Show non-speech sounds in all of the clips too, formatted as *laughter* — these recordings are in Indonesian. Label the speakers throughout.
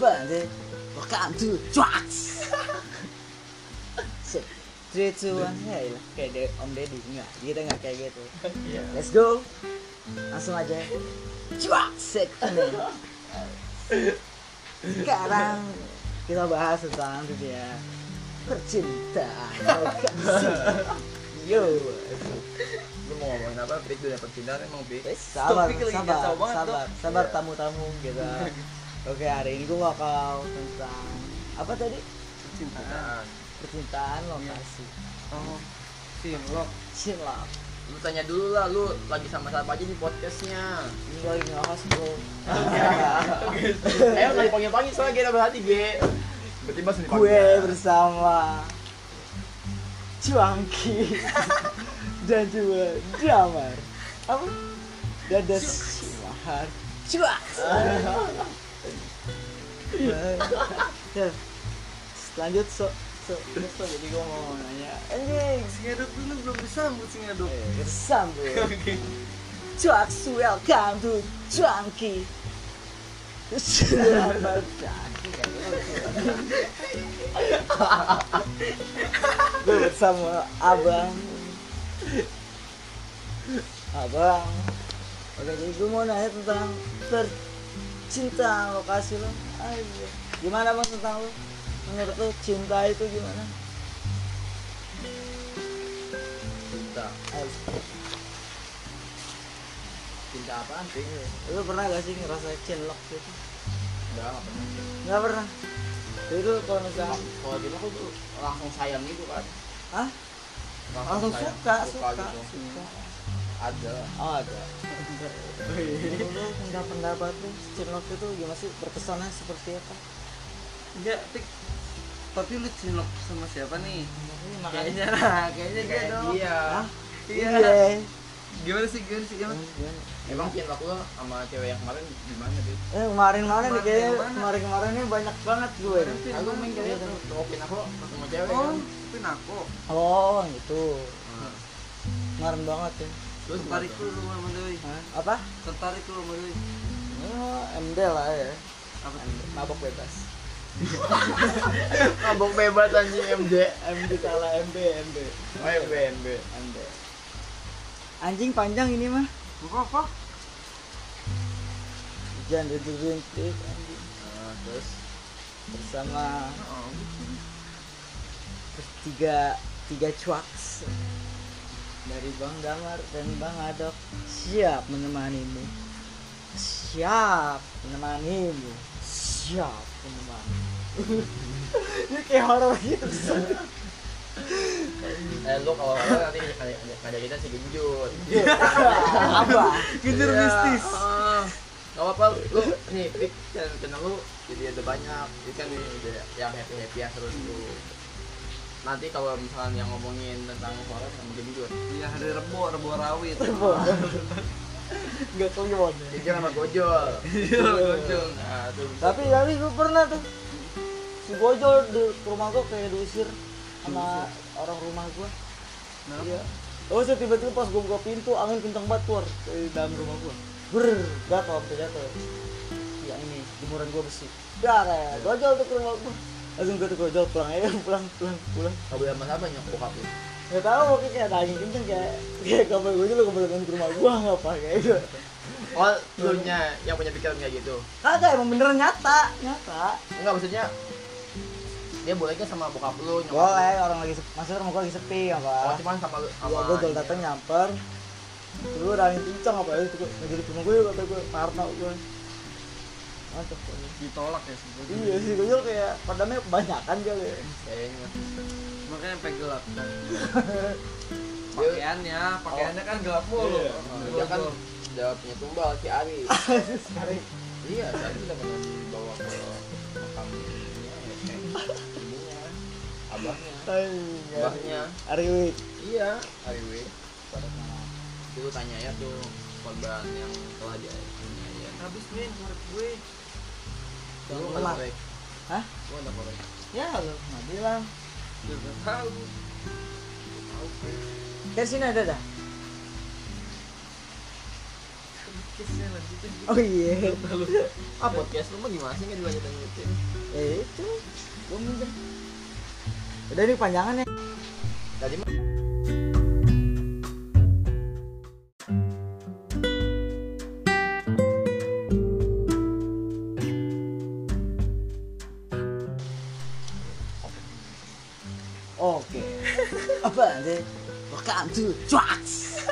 Speaker 1: ready? Welcome to Drugs. Sip. Three, two, one, hey lah kayak de Om Deddy nggak? Kita nggak kayak gitu.
Speaker 2: Iya.
Speaker 1: Let's go. Langsung aja. Drugs. Sip. Sekarang kita bahas tentang dunia percintaan. Welcome to- Yo,
Speaker 2: Lu mau ngomongin apa? Big dunia percintaan emang big.
Speaker 1: Wes, sabar,
Speaker 2: Topik lagi
Speaker 1: sabar,
Speaker 2: kacau banget,
Speaker 1: sabar,
Speaker 2: Dok.
Speaker 1: sabar
Speaker 2: Iya.
Speaker 1: tamu-tamu
Speaker 2: *laughs*
Speaker 1: gitu. Oke, hari ini gua bakal tentang apa tadi? Ah.
Speaker 2: Percintaan.
Speaker 1: Percintaan
Speaker 2: Iya.
Speaker 1: lokasi.
Speaker 3: Oh, sinlok.
Speaker 1: Cinlok.
Speaker 2: Lu tanya dulu lah, lu lagi sama siapa aja di
Speaker 1: *laughs*
Speaker 2: podcastnya?
Speaker 1: Ini gua lagi ngehost bro.
Speaker 2: *laughs*
Speaker 1: *laughs*
Speaker 2: Ayo lagi pagi-pagi soalnya kita berhati ge. Berarti pas
Speaker 1: gue bersama Cuangki dan juga Damar. Apa? Dan Damar. *laughs* Cuak. Eh, Lanjut so so so jadi gue mau nanya. Anjing.
Speaker 3: Singadop dulu belum disambut singadop.
Speaker 1: Eh, Bersambung.
Speaker 3: Oke.
Speaker 1: Jocks, welcome to Junkie. Selamat pagi. Gue bersama abang. Abang. Oke, jadi gue mau nanya tentang percintaan lokasi lo. Aja. Gimana bang tentang lo? Menurut lo cinta itu gimana?
Speaker 2: cinta.
Speaker 1: Ayo,
Speaker 2: Cinta apaan sih?
Speaker 1: Lo pernah gak sih ngerasa cinlok gitu?
Speaker 2: Enggak, enggak pernah.
Speaker 1: Nggak pernah. Itu kalau misalnya
Speaker 2: Kalau gitu aku tuh langsung sayang gitu kan.
Speaker 1: Hah? Langsung
Speaker 2: sayang,
Speaker 1: suka, suka,
Speaker 2: gitu.
Speaker 1: suka.
Speaker 2: Ada. lah.
Speaker 1: Oh, ada. Dulu pendapat-pendapat tuh Cirnok itu gimana sih berkesannya seperti apa?
Speaker 3: Ya, tik. Tapi lu sinlok sama siapa nih?
Speaker 1: Ini
Speaker 3: *laughs* Kayaknya,
Speaker 1: makanya.
Speaker 3: kayaknya dia
Speaker 2: Kayak
Speaker 3: dong.
Speaker 2: dia.
Speaker 1: Hah?
Speaker 3: Iya.
Speaker 1: Iya.
Speaker 3: Gimana sih, gimana sih? Gimana?
Speaker 2: Emang cinta aku sama cewek yang kemarin gimana sih?
Speaker 1: Eh kemarin-kemarin nih
Speaker 3: Kemarin
Speaker 1: kayaknya
Speaker 3: yang mana?
Speaker 1: kemarin-kemarin ini banyak banget gue. nih.
Speaker 3: Kemarin
Speaker 2: Aku main kayaknya tuh ngokin aku sama cewek
Speaker 3: Oh,
Speaker 2: kan.
Speaker 3: pin aku.
Speaker 1: Oh gitu.
Speaker 2: Nah,
Speaker 1: Kemarin banget ya.
Speaker 2: Terus
Speaker 3: Tertarik
Speaker 2: gimana
Speaker 3: lu
Speaker 2: tuh?
Speaker 3: sama Doi.
Speaker 1: Hah? Apa?
Speaker 3: Tertarik lu sama Doi.
Speaker 1: Oh, MD lah ya.
Speaker 3: Apa tuh?
Speaker 1: MD. Mabok bebas.
Speaker 2: *laughs* Mabok bebas anjing MJ.
Speaker 1: MD kalah MD MD
Speaker 2: Oh, MB MB.
Speaker 1: MD. Anjing panjang ini mah.
Speaker 3: Apa apa?
Speaker 1: Jangan dirintik anjing.
Speaker 2: Nah, terus
Speaker 1: bersama
Speaker 3: Oh,
Speaker 1: tiga tiga cuaks dari Bang Damar dan Bang Adok siap menemanimu siap menemanimu siap menemanimu *laughs* ini kayak horor gitu
Speaker 2: eh lu kalau kalau nanti ada kita sih genjut.
Speaker 1: apa
Speaker 3: Genjer
Speaker 2: Iya,
Speaker 3: mistis.
Speaker 2: ah. Gak apa-apa lu nih Vic channel channel lu jadi ada banyak itu kan nih udah yang happy happy yang terus lu nanti kalau misalnya yang ngomongin tentang horor sama genjut
Speaker 3: Iya, hari Rebo, Rebo Rawit.
Speaker 1: nggak kliwon ya.
Speaker 2: jadi sama gojol
Speaker 3: Iya, gojol.
Speaker 2: nah tuh
Speaker 1: tapi tapi gue pernah tuh si Gojol di rumah gue kayak diusir sama orang rumah gue
Speaker 3: Kenapa?
Speaker 1: Iya. Oh, saya tiba-tiba pas gue buka pintu, angin kencang banget keluar dari dalam rumah gue. Ber, jatuh, hampir jatuh. Ya ini, jemuran gue besi. Dar, ya, gojol tuh ke rumah gue. Langsung gue tuh gojol pulang aja, *laughs* pulang, pulang, pulang.
Speaker 2: kabel sama siapa nyok bokap lu
Speaker 1: Gak tau, pokoknya kayak ada angin kencang kayak kayak kabel gue juga kebetulan ke rumah gue nggak pakai kayak gitu.
Speaker 2: oh lu nya yang punya pikiran kayak gitu
Speaker 1: Kagak emang beneran nyata, nyata.
Speaker 2: enggak maksudnya dia bolehnya sama bokap lu nyokap lu.
Speaker 1: Boleh, orang lagi sepi, maksudnya rumah gue lagi sepi iya. apa?
Speaker 2: Oh, cuman sama lu sama
Speaker 1: Gua gojol datang nyamper. Terus ada angin kencang apa ya? Ngejadi rumah gue, kata gue parno gue. Mantap pokoknya.
Speaker 3: Ditolak ya sebetulnya.
Speaker 1: Iya sih, gue kayak padamnya kebanyakan kali ya.
Speaker 2: kayaknya
Speaker 3: Makanya sampai *laughs* gelap kan.
Speaker 2: dia,
Speaker 3: Pakaiannya, pakaiannya kan gelap mulu.
Speaker 1: Iya.
Speaker 2: dia kan
Speaker 3: kan
Speaker 2: udah punya tumbal si Ari
Speaker 1: Sekarang
Speaker 2: Iya, saya juga pernah dibawa ke makam ininya, ya, kayak ibunya, abahnya, abahnya.
Speaker 1: Hari week.
Speaker 2: Iya, Ariwe. Itu tanya ya tuh korban yang telah dia ya.
Speaker 3: habis min menurut gue.
Speaker 2: Lu nggak
Speaker 1: Telat.
Speaker 2: korek.
Speaker 1: Hah?
Speaker 2: Lu nggak korek.
Speaker 1: Ya lu nggak bilang.
Speaker 3: Ya nggak tahu.
Speaker 1: Dari sini ada dah.
Speaker 3: podcastnya lanjutin
Speaker 1: oh iya
Speaker 2: Ah, podcast lu mah gimana sih nggak dilanjutin?
Speaker 1: eh itu gue minjem udah ini panjangan ya
Speaker 2: Tadi mah
Speaker 1: oke apa sih welcome to drugs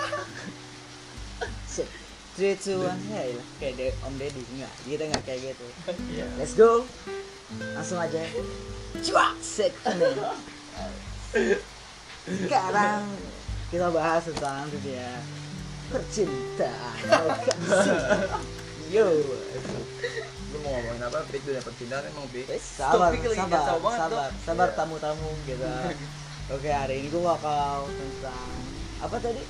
Speaker 1: Sip. three two one hey kayak De- om deddy enggak kita enggak kayak gitu
Speaker 2: Iya.
Speaker 1: let's go langsung aja drugs segmen sekarang kita bahas tentang dunia percintaan yo
Speaker 2: Lu mau ngomongin apa? Pik udah percintaan emang Pik.
Speaker 1: Wes, sabar,
Speaker 3: Topik lagi
Speaker 1: sabar,
Speaker 3: kacau banget,
Speaker 1: sabar,
Speaker 3: Dok.
Speaker 1: sabar
Speaker 2: Iya.
Speaker 1: tamu-tamu
Speaker 3: *laughs*
Speaker 1: gitu. Oke, hari ini gua bakal tentang apa tadi?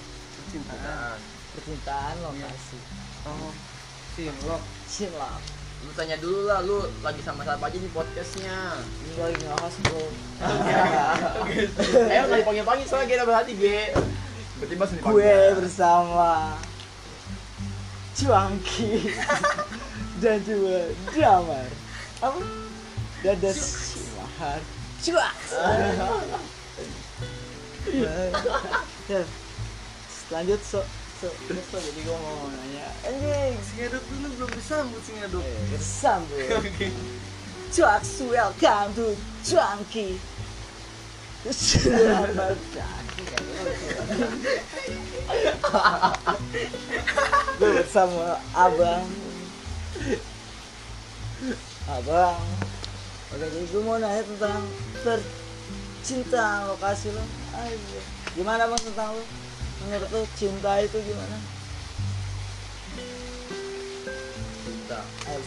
Speaker 3: cinta
Speaker 2: Percintaan.
Speaker 1: Percintaan lokasi.
Speaker 3: oh silok
Speaker 1: Cinlap.
Speaker 2: Lu tanya dulu lah, lu lagi sama siapa aja di podcastnya?
Speaker 1: Ini gua lagi ngelakas
Speaker 3: *laughs*
Speaker 1: bro. *laughs*
Speaker 2: Eh, lagi panggil-panggil soalnya kita berhati, Ge. Berarti mas
Speaker 1: gue bersama Cuangki dan juga Damar. Apa? Dadas Simahar. Cuak. Ya. *laughs* Lanjut so. So, terus so, jadi gue mau nanya. Anjing,
Speaker 3: singaduk dulu belum disambut singaduk
Speaker 2: Eh,
Speaker 1: bersambut.
Speaker 3: oke
Speaker 1: Cuaks, welcome to Cuangki. Selamat datang. Gue bersama abang. Abang. Oke, jadi gue mau nanya tentang percintaan lokasi lo. Ayo. Gimana bang tentang lo? Menurut lo cinta itu gimana?
Speaker 2: cinta.
Speaker 1: Ayo.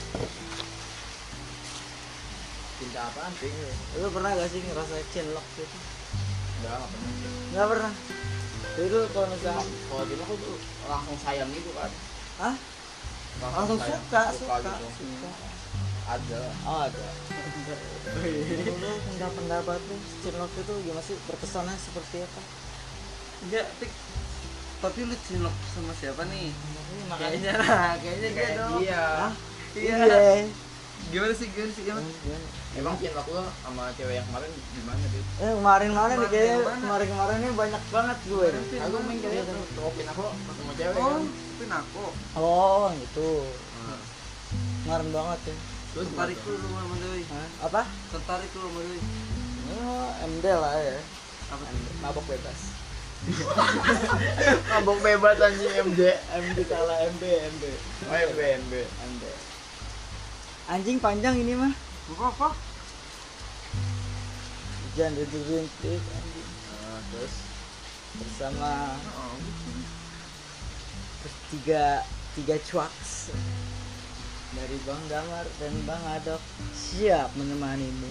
Speaker 2: Cinta apaan, Pik?
Speaker 1: Lo pernah gak sih ngerasa cinlok gitu?
Speaker 2: Enggak, nggak pernah.
Speaker 1: Gak pernah. Jadi lo kalau misalnya
Speaker 2: Kalau cinta aku tuh langsung sayang gitu kan.
Speaker 1: Hah? Langsung
Speaker 2: sayang,
Speaker 1: suka, suka,
Speaker 2: gitu.
Speaker 1: suka.
Speaker 2: Ada.
Speaker 1: Oh, ada. Menurut lu pendapat pendapat lu Cinlok itu gimana sih berkesannya seperti apa?
Speaker 3: enggak tik tapi lu cinlok sama siapa nih
Speaker 1: Ini makanya.
Speaker 3: kayaknya lah kayaknya dia
Speaker 2: Kayak
Speaker 3: dong
Speaker 2: dia.
Speaker 1: iya, Hah?
Speaker 3: iya
Speaker 1: Iya.
Speaker 3: gimana sih gimana sih gimana
Speaker 2: Emang cinta aku sama cewek yang kemarin gimana, Pik?
Speaker 1: Eh kemarin-kemarin nih
Speaker 3: Kemarin
Speaker 1: kayaknya
Speaker 3: yang mana?
Speaker 1: kemarin-kemarin ini banyak banget gue. nih.
Speaker 3: Kemarin
Speaker 2: Aku main cewek tuh, tokokin aku ketemu cewek
Speaker 3: oh
Speaker 2: kan.
Speaker 3: tapi nako
Speaker 1: Oh gitu.
Speaker 2: Nah,
Speaker 1: Kemarin banget ya.
Speaker 2: Terus
Speaker 3: tertarik
Speaker 2: tarik
Speaker 3: lu sama doi
Speaker 1: Hah? Apa?
Speaker 3: tertarik lu sama doi
Speaker 1: Oh, MD lah ya.
Speaker 3: apa
Speaker 1: MD, Mabok bebas.
Speaker 2: Abang bebas anjing MJ.
Speaker 1: MD kalah MB MB
Speaker 2: Oh, MB MB.
Speaker 1: MB. Anjing panjang ini mah.
Speaker 3: apa apa
Speaker 1: Jangan dirintik anjing.
Speaker 2: Nah, terus
Speaker 1: kan, bersama
Speaker 3: oh
Speaker 1: tiga tiga cuaks dari Bang Damar dan Bang Adok siap menemanimu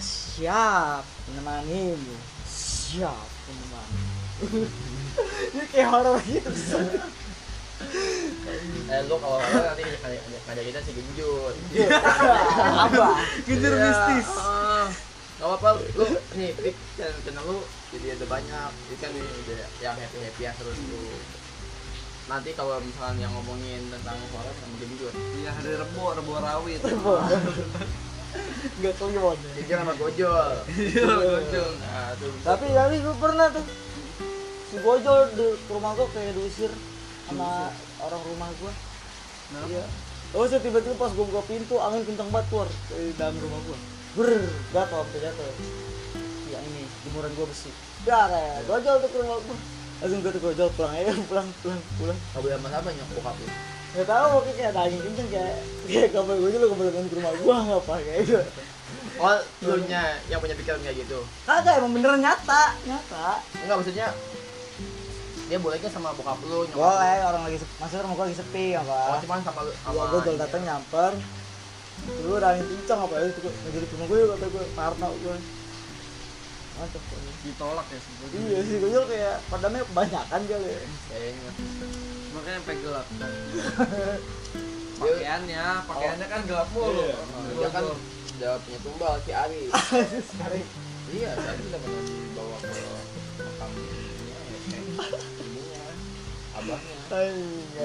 Speaker 1: siap menemanimu siap menemanimu *laughs* ini kayak horor gitu
Speaker 2: eh lu kalau nggak salah nanti ngajak ngajak kita sih jujur.
Speaker 1: apa
Speaker 3: kejar
Speaker 2: Iya,
Speaker 3: mistis
Speaker 2: heeh. Gak apa-apa lu nih pik dan channel lu jadi ada banyak ini kan ini udah yang happy happy ya terus lu nanti kalau misalnya yang ngomongin tentang horor sama jadi jujur
Speaker 3: iya hari rebo rebo rawit
Speaker 1: nggak kliwon
Speaker 2: jujur sama gojol
Speaker 3: iya gojol
Speaker 2: nah tuh
Speaker 1: tapi ya- tapi gue pernah tuh si Bojol di rumah gue kayak diusir sama orang rumah gue
Speaker 3: Kenapa?
Speaker 1: Iya. Oh, saya tiba-tiba pas gue buka pintu, angin kencang banget keluar dari dalam rumah gue. Ber, jatuh sampai jatuh. Ya ini, jemuran gue besi. Dare, gojol tuh ke rumah gue. Langsung gue tuh gojol pulang aja, *laughs* pulang, pulang, pulang.
Speaker 2: kau bilang sama siapa nyok bokap lu
Speaker 1: Gak tau mungkin kayak ada angin kencang kayak kayak kabar gue juga kebetulan ke rumah gue nggak apa kayak gitu.
Speaker 2: oh lu nya yang punya pikiran kayak gitu
Speaker 1: Kagak emang beneran nyata, nyata.
Speaker 2: enggak maksudnya dia boleh kan sama bokap lu nyokap
Speaker 1: Boleh
Speaker 2: lu?
Speaker 1: orang lagi sepi, maksudnya rumah gue lagi sepi ya
Speaker 2: oh
Speaker 1: pak.
Speaker 2: cuman sama lu sama
Speaker 1: Iya, gue gol datang nyamper. Dulu ada angin kencang apa itu gue jadi rumah gue kata gue parno Ah, gue. Mantap pokoknya.
Speaker 3: ditolak ya sebetulnya
Speaker 1: Iya sih, gue kayak padamnya kebanyakan kali ya.
Speaker 2: kayaknya
Speaker 3: makanya sampai *laughs* gelap kan
Speaker 2: Dia-
Speaker 3: pakaiannya pakaiannya kan gelap mulu
Speaker 1: Iya.
Speaker 2: dia kan udah punya tumbal si Ari
Speaker 1: Ah. Sekarang
Speaker 2: Iya, saya udah pernah dibawa ke makam ibunya. abahnya
Speaker 1: Abahnya.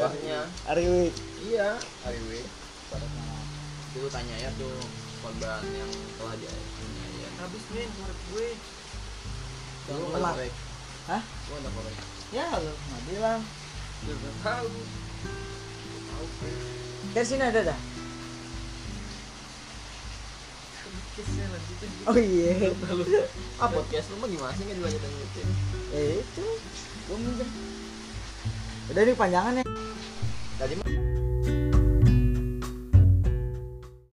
Speaker 2: abahnya
Speaker 1: Ari Wik.
Speaker 2: iya Ariwe itu tanya ya tuh korban yang telah dia punya ya
Speaker 3: habis nih murid gue
Speaker 2: lu
Speaker 1: Telat.
Speaker 2: nggak korek
Speaker 1: Hah?
Speaker 2: lu nggak korek
Speaker 1: Ya lu nggak bilang.
Speaker 3: ya gak tahu
Speaker 2: tahu
Speaker 1: Dari sini ada dah.
Speaker 3: kesnya lanjutin
Speaker 1: Oh iya.
Speaker 2: ah podcast lu mah gimana sih nggak dilanjutin gitu? lanjutin
Speaker 1: Eh itu. Gua minjem. Udah ini panjangan ya.
Speaker 2: tadi mah